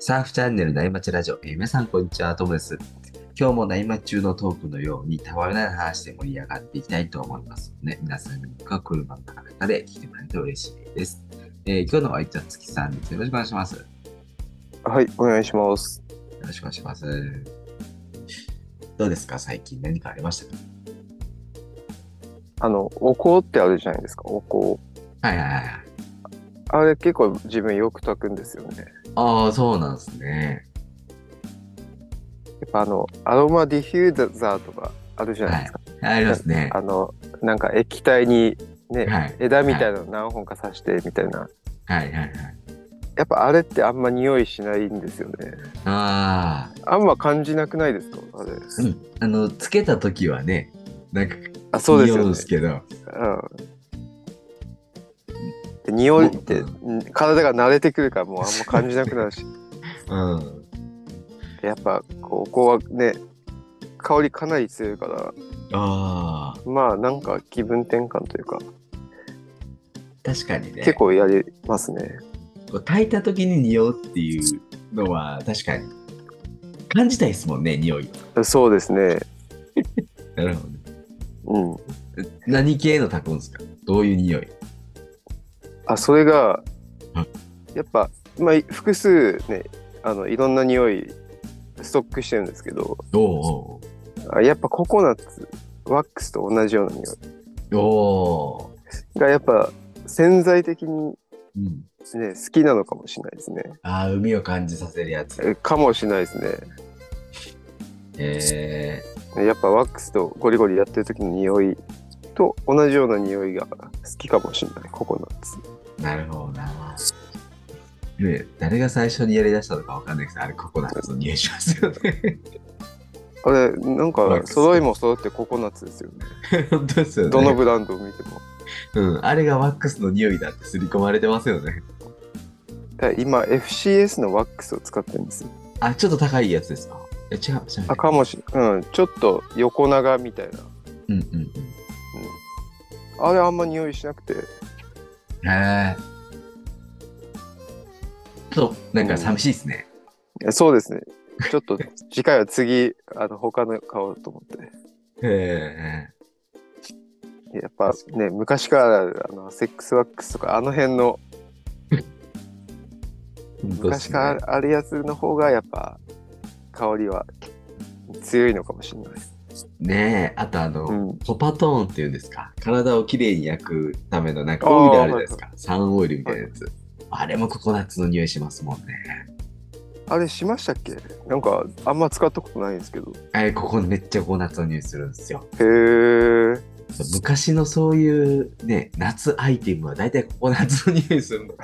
サーフチャンネル内町ラジオ、えー皆さんこんにちは、トムです。今日も内町中のトークのように、たわいない話で盛り上がっていきたいと思いますので、皆さんが車の中で聞いてもらえると嬉しいです。えー今日のお相手は月さんです。よろしくお願いします。よはい、お願いします。ろしくお願いします。どうですか最近何かありましたかあの、お香ってあるじゃないですか、お香。はいはいはいはい。あれ結構自分よく炊くんですよね。ああ、そうなんですね。やっぱあの、アロマディフューザーとかあるじゃないですか。ありますね。あの、なんか液体にね、はい枝みたいなの何本か刺してみたいな。はいはいはい。やっぱあれってあんま匂いしないんですよね。ああ、あんま感じなくないですかあれ。うん。あの、つけた時はね、なんか、あ、そうです匂うよんね。ですけど、うん。で匂いって、ううん体が慣れてくるからもうあんま感じなくなるし。 うん。やっぱこうここはね香りかなり強いからああ、まあなんか気分転換というか、確かにね。結構やりますねこう炊いた時に匂うっていうのは確かに感じたいですもんね匂いをそうですねなるほどねうん何系の炊くんですかどういう匂いあそれがうんやっぱ、まあ、複数ねあのいろんな匂いストックしてるんですけどおうあやっぱココナッツワックスと同じような匂いおうおう、がやっぱ潜在的にうん、ね好きなのかもしれないですねあー海を感じさせるやつえかもしれないですえねやっぱワックスとゴリゴリやってる時の匂いと同じような匂いが好きかもしれないココナッツー、なるほどなね誰が最初にやりだしたのかわかんないけどあれココナッツの匂いしますよねあれなんワッかクス揃いも揃ってココナッツですよね 本当ですよねどのブランドを見てもうん、あれがワックスの匂いだって刷り込まれてますよねだから今 FCS のワックスを使ってるんですよあちょっと高いやつですかいや違う違うあかもしうんちょっと横長みたいな、うんうんうんうん、あれあんま匂いしなくてへえ。ちょっと、なんか寂しいですね。えそうですねちょっと次回は次 あの他の買おうと思ってへやっぱね昔からあるあのセックスワックスとかあの辺のえ。昔からあるやつの方がやっぱ香りは強いのかもしれないです。ねえ、あとあの、うん、ポパトーンっていうんですか。体をきれいに焼くためのなんかオイルあるじゃないですか。サンオイルみたいなやつ。あれもココナッツの匂いしますもんね。あれしましたっけなんかあんま使ったことないんですけど。あれ、ここめっちゃココナッツの匂いするんですよ。へえ。昔のそういうね、夏アイテムは大体ココナッツの匂いするの。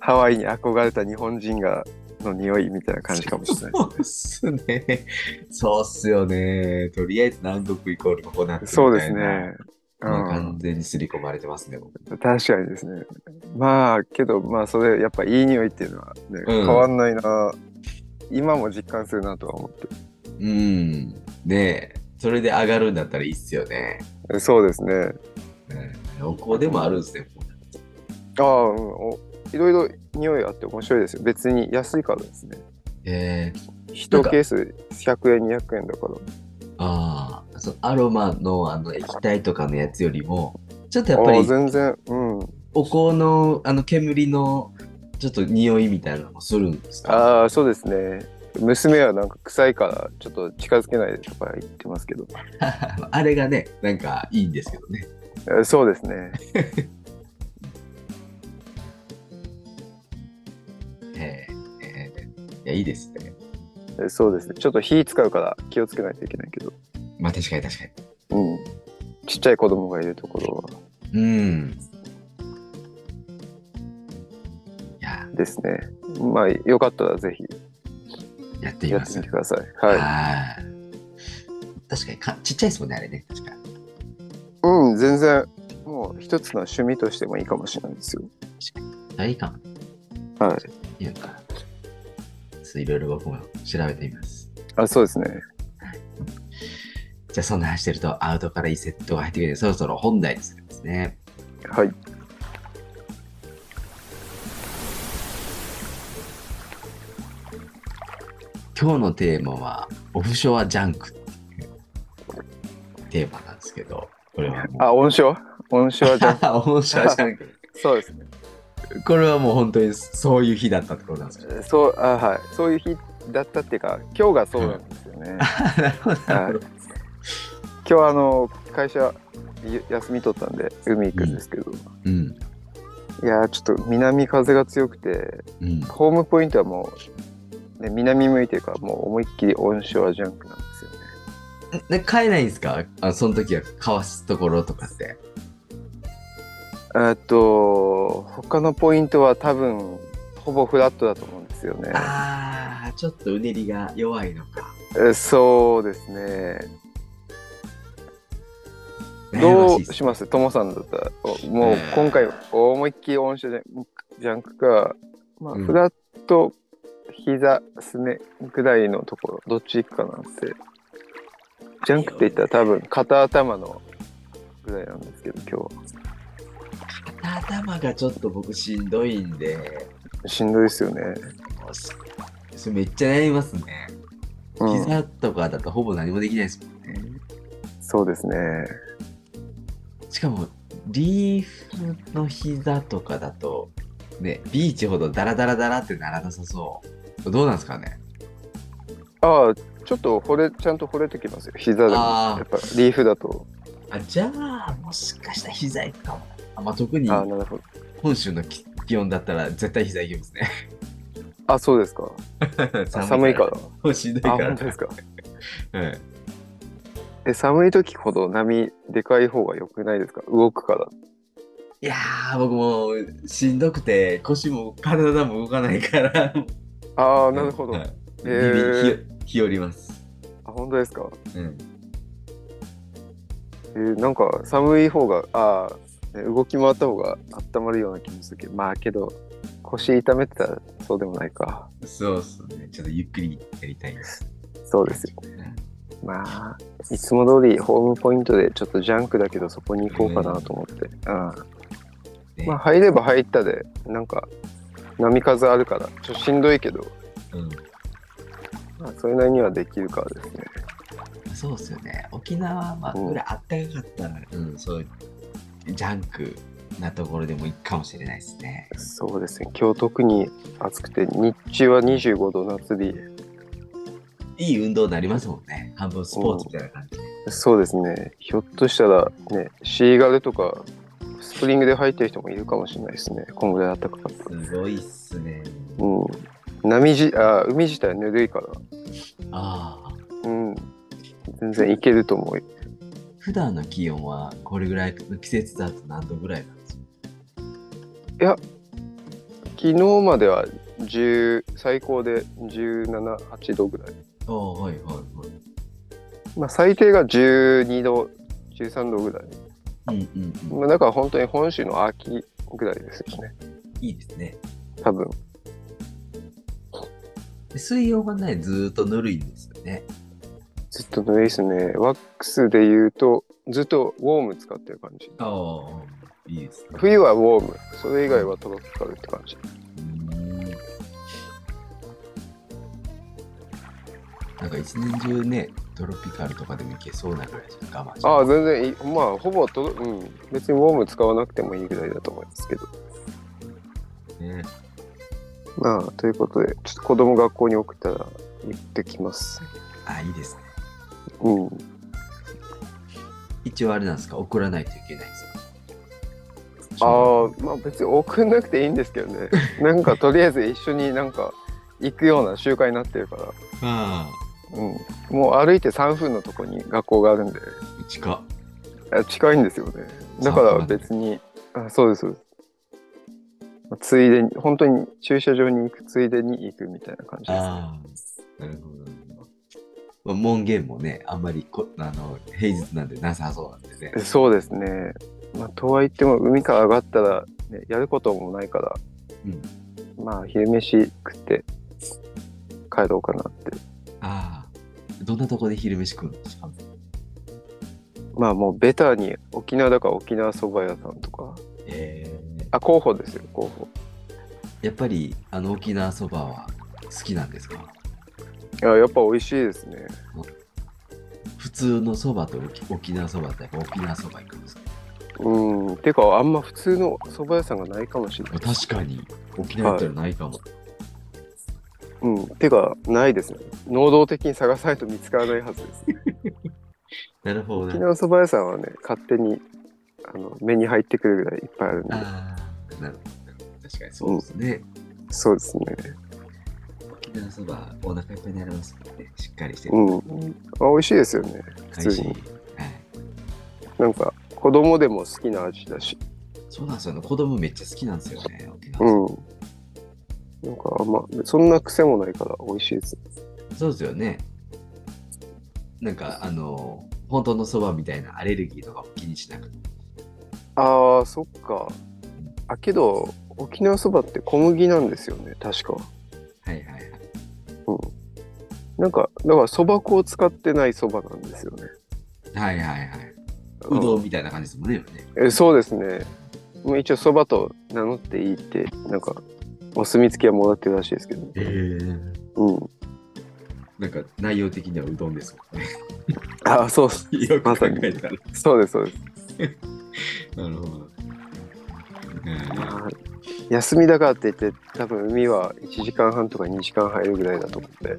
ハワイに憧れた日本人がの匂いみたいな感じかもしれない。そうっすね。そうっすよね。とりあえず南国イコールココナッツみたいな。 そうですね。うまあ完ん、全に刷り込まれてますね、僕。確かにですね。まあけどまあそれやっぱいい匂いっていうのは、ねん変わんないな。今も実感するなとは思ってうん。ねえ、それで上がるんだったらいいっすよね。え。そうですね。うん。お香でもあるんですね。ああ、うん、おいろいろ匂いあって面白いですよ。別に安いからですね。え1ケース100円、200円だから。ああ、そうアロマのあの液体とかのやつよりも、ちょっとやっぱああ、り全然、うん。お香のあの煙のちょっと匂いみたいなのもするんですかああ、そうですね。娘はなんか臭いからちょっと近づけないでとか言ってますけど。あれがね、なんかいいんですけどね。えそうですね。ええええいや、いいですね。えそうですね。ちょっと火使うから気をつけないといけないけど。まあ確かに確かに。うん。ちっちゃい子供がいるところはうん。いや、ですね。まあ、よかったらぜひやってみやまってすみて。ください。はい。はい。確かにか、ちっちゃいですもんね、あれね。確かに。うん、全然、もう一つの趣味としてもいいかもしれないですよ。あ、いいかも。。はいいいのかな。そういろいろ僕も調べてみます。あ、そうですね。じゃあ、そんな話してると、アウトからいいセットが入ってくるので、そろそろ本題にするんですね。はい。今日のテーマは、オフショアジャンクっていうテーマなんですけど、これはもう。あ、温床温 床じゃん。あ、オフショアジャンク。そうですね。これはもう本当にそういう日だったってことなんですよね。そう、あ、はい。そういう日だったっていうか、今日がそうなんですよね。なるほど、なるほど。今日あの、会社ゆ休み取ったんで、海行くんですけど、うん、いやー、ちょっと南風が強くて、うん。ホームポイントはもう、ね、南向いてるから、もう思いっきり温床ジャンクなんですよね。で買えないんですかあその時はかわすところとかって。えーっと、他のポイントは多分、ほぼフラットだと思うんですよね。ああ、ちょっとうねりが弱いのか。えそうですね。悩どましいっうすしますともさんだったらおもう今回思いっきり音車ジャンジャンクか、まあ、うんフラット膝すねぐらいのところどっち行くかなんてジャンクって言ったら多分肩頭のぐらいなんですけど今頭がちょっと僕しんどいんで、日しんどいですよね、それめっちゃ悩みますね。うん、膝とかだとほぼ何もできないですもんね。そうですねしかも、リーフの膝とかだと、ね、ビーチほどダラダラダラってならなさそう。どうなんですかねああちょっと惚れちゃんと惚れてきますよ膝でもあーやっぱリーフだとあじゃあ、もしかしたら膝行くかも。あまあ、特にああなるほど本州の気気温だったら絶対膝行きますね。あそうですかあ 寒いから。もうしんどいかあ本ら当。ですかうんえ寒い時ほど波でかい方が良くないですか動くからいやー、僕もうしんどくて、腰も体も動かないから。ああ なるほど、はいあビへービビ日和ります。本当ですか、うん。えーなんか寒い方がああ、ね動き回った方が温まるような気もするけどまあけど腰痛めてたらそうでもないかそうっすね。ちょっとゆっくりやりたいです。そうですよまあいつも通りホームポイントでちょっとジャンクだけどそこに行こうかなと思って、うん、ねまあ入れば入ったでなんか波風あるからちょっとしんどいけど、うんまあ、それなりにはできるからですねそうっすよね。沖縄はうんぐらいあったかかったら、うん、そういうジャンクなところでもいいかもしれないですね。そうですね、今日特に暑くて、日中は25度夏日、いい運動になりますもんね。半分スポーツみたいな感じで。そうですね、ひょっとしたら、ね、シーガルとか、スプリングで入ってる人もいるかもしれないですね、こんぐらい暖かかったら。すごいっすね。うん、波じあ海自体ぬるいから、ああ。うん、全然いけると思う。普段の気温はこれぐらいの季節だと何度ぐらいなんですか昨日までは10最高で17、8度ぐらい、ああ、はいはいまあ、最低が12度、13度ぐらい、はい。うんうんうん。まあ、だから本当に本州の秋ぐらいですよね、いいですね。多分で水温がね、ずーっとぬるいんですよね。ずっとぬるいですね。ワックスで言うと、ずっとウォーム使ってる感じ。ああ、いいですね。冬はウォーム、それ以外はトロピカルって感じ。うーんなんか一年中ね、トロピカルとかでもいけそうなぐらいじゃん、我慢して。ああ、全然いい。まあ、ほぼトロ、うん。別にウォーム使わなくてもいいぐらいだと思いますけど。ね、まあ、ということで、ちょっと子供学校に送ったら行ってきます。あいいですね。うん。一応あれなんですか、送らないといけないんですかああ、まあ別に送んなくていいんですけどね。なんかとりあえず一緒になんか行くような習慣になってるから。あうん。もう歩いて3分のとこに学校があるんで。ー、うちか。あ近いんですよねだから別にあそうですそうですまあついでに本当に駐車場に行くついでに行くみたいな感じですああ、なるほどなるほど。まあ、門限もね、あんまりこあの平日なんでなさそうなんでねえ。そうですねまあとはいっても海から上がったら、ね、やることもないから、まあ昼飯食って帰ろうかなってああ、どんなとこで昼飯食うんですかまあもうベターに沖縄だから沖縄そば屋さんとかえあ候補ですよ候補ー、やっぱりあの沖縄そばは好きなんですかいや、やっぱ美味しいですね。普通のそばと沖沖縄そばってやっぱ沖縄そば行くんですねうん。てか、あんま普通の蕎麦屋さんがないかもしれない。確かに沖縄行ったらないかも、うん。てか、ないですね。能動的に探さないと見つからないはずです。なるほど沖ね縄そば屋さんはね、勝手にあの目に入ってくるぐらいいっぱいあるんで、ああなるほど確かにそうですね、そうですね。沖縄そばお腹いっぱいになりますもんねしっかりしてて、うん。あ美味しいですよね。美味しい普は通いなんか、子供でも好きな味だし。そうなんですよね子供めっちゃ好きなんですよね沖縄うそば、ん。なんか、あんま、そんな癖もないから美味しいです。そうですよねなんかあの本当のそばみたいなアレルギーとかも気にしなくてああ、そっか。あ、けど、沖縄そばって小麦なんですよね、確か。はいはいはいなんか、だから、そば粉を使ってないそばなんですよね。はいはいはいううんどんみたいな感じですもんね今ねえそうですね。もう一応、そばと名乗っていいって、なんか、お墨付きはもらってるらしいですけど。えうん。なんか内容的にはうどんですもんねああ、そうっす。よ まく考さにえたらそうです、そうです。なるほどうんまあ休みだからって言って、多分海は1時間半とか2時間入るぐらいだと思って。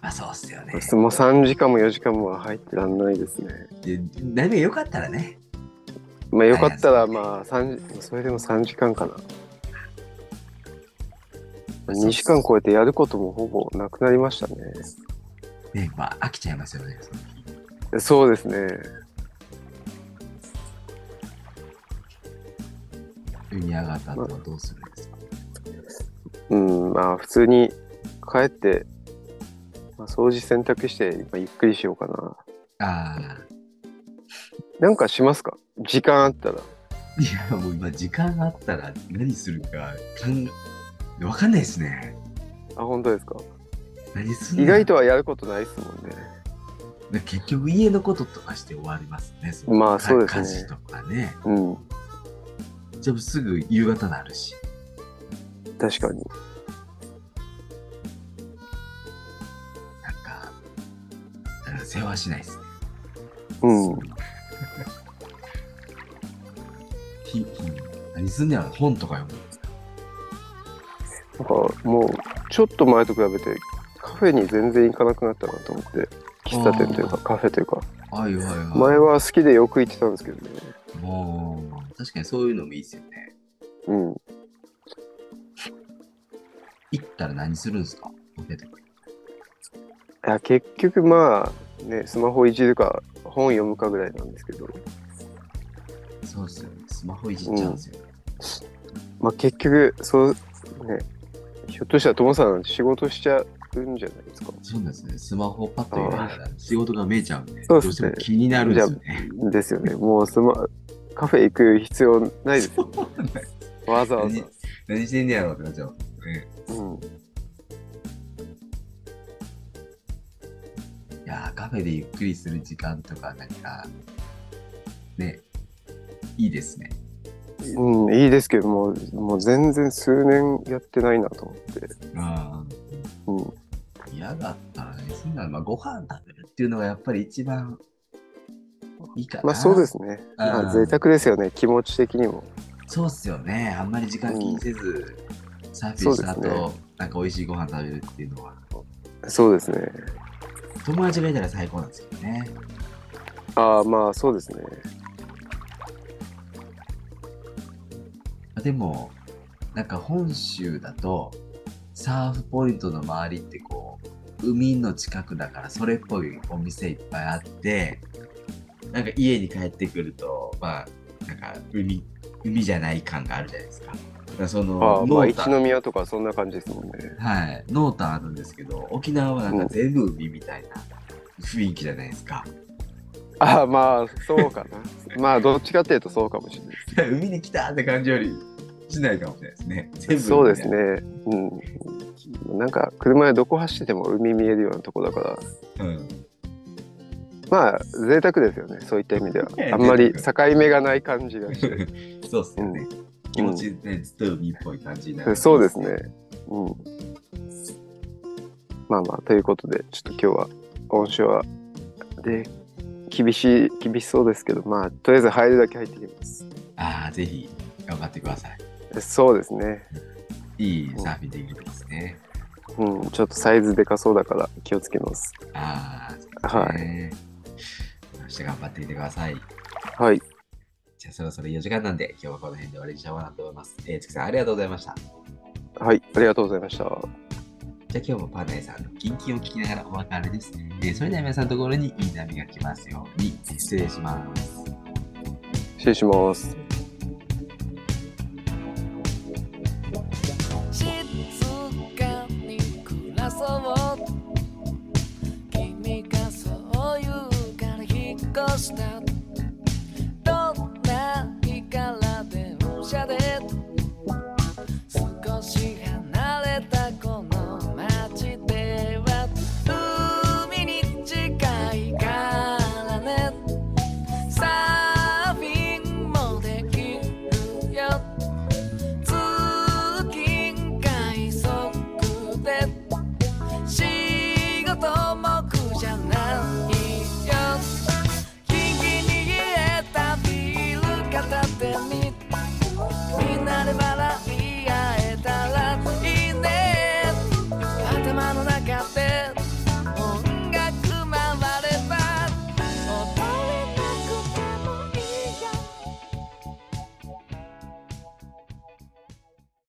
まあそうっすよねもう3時間も4時間も入ってらんないですね。で何が良かったらねまあよかったはらいまあ3それでも3時間かな。そう2時間超えてやることもほぼなくなりましたね。ねまあ飽きちゃいますよねそうですね。海上がった後はどうするんですか、うん、まあ普通に帰って、まあ、掃除洗濯して、まあ、ゆっくりしようかな。ああなんかしますか時間あったら。いや、もう今、時間があったら何するか、かん、わかんないですね。あ、本当ですか何する意外とはやることないですもんね。結局、家のこととかして終わりますね。そまあかそうですね家事とかね。うん。じゃあ、すぐ夕方なるし。確かに。なんか、なんか世話しないですね。うん。 ひ、ひ、何すんねやろ本とか読むんですかなんかもうちょっと前と比べてカフェに全然行かなくなったなと思って喫茶店というかカフェというかはいはいはい。前は好きでよく行ってたんですけどねもう、確かにそういうのもいいですよね。うん行ったら何するんですかカフェとかいや結局まあねスマホいじるか本読むかぐらいなんですけど、そうっすよね。スマホいじっちゃうんですよね。まあ、結局そうねひょっとしたらともさん仕事しちゃうんじゃないですかそうなんですね。スマホパッと入れたら仕事が見えちゃうんで、そどううですねしても気になるんですよね。ですよねもうスマカフェ行く必要ないですそうなんだわざわざ何、 何してんねやろうってなっちゃう。ね、うん、いやーカフェでゆっくりする時間とか、なんか、ね、いいですね。うん、いいですけどもうもう全然数年やってないなと思ってあうんあ、嫌だったらね、そんなのまあ、ご飯食べるっていうのがやっぱり一番いいかな。まあそうで。すね。うんまあ贅沢ですよね、気持ち的にも。そうっすよね。あんまり時間気にせず、サーフィンした後、そうでなんか美味しいご飯食べるっていうのは、そうですね。友達がいたら最高なんですけどね。ああ、まあそうですね。あでもなんか本州だとサーフポイントの周りってこう海の近くだからそれっぽいお店いっぱいあってなんか家に帰ってくるとまあなんか海海じゃない感があるじゃないですか。だからそあのあ、まあ濃一淡、宮とかそんな感じですもんね。はい、濃淡あるんですけど沖縄はなんか全部海みたいな雰囲気じゃないですか。 ああ、まあそうかな。まあどっちかっていうとそうかもしれない海に来たって感じよりしないかもしれないですね。全部海みたいでなす。そうですね。うん。なんか車でどこ走ってても海見えるようなとこだから、うんまあ贅沢ですよね、そういった意味ではいや。あんまり贅境目がない感じがして そうっすよね。気持ち ね、ずっと海っぽい感じになる。そうですね。うん。まあまあ、ということで、ちょっと今日は、音章は、で、厳しい、厳しそうですけど、まあ、とりあえず入るだけ入ってきます。ああ、ぜひ頑張ってください。そうですね。いいサーフィンできるといいですね。うん、ちょっとサイズでかそうだから気をつけます。ああ、はね。明日頑張っていてください。い。はい。じゃあそろそろ4時間なんで、今日はこの辺で終わりにしようかなと思います。えー、つきさんありがとうございました。はい。ありがとうございましじた。ゃあ今日もパナイさんのキンキンを聞きながらお別れです。えーそれでは皆さんのところにいい波が来ますように、失礼します。失礼します。静かに暮らそう君がそう言うから引っ越した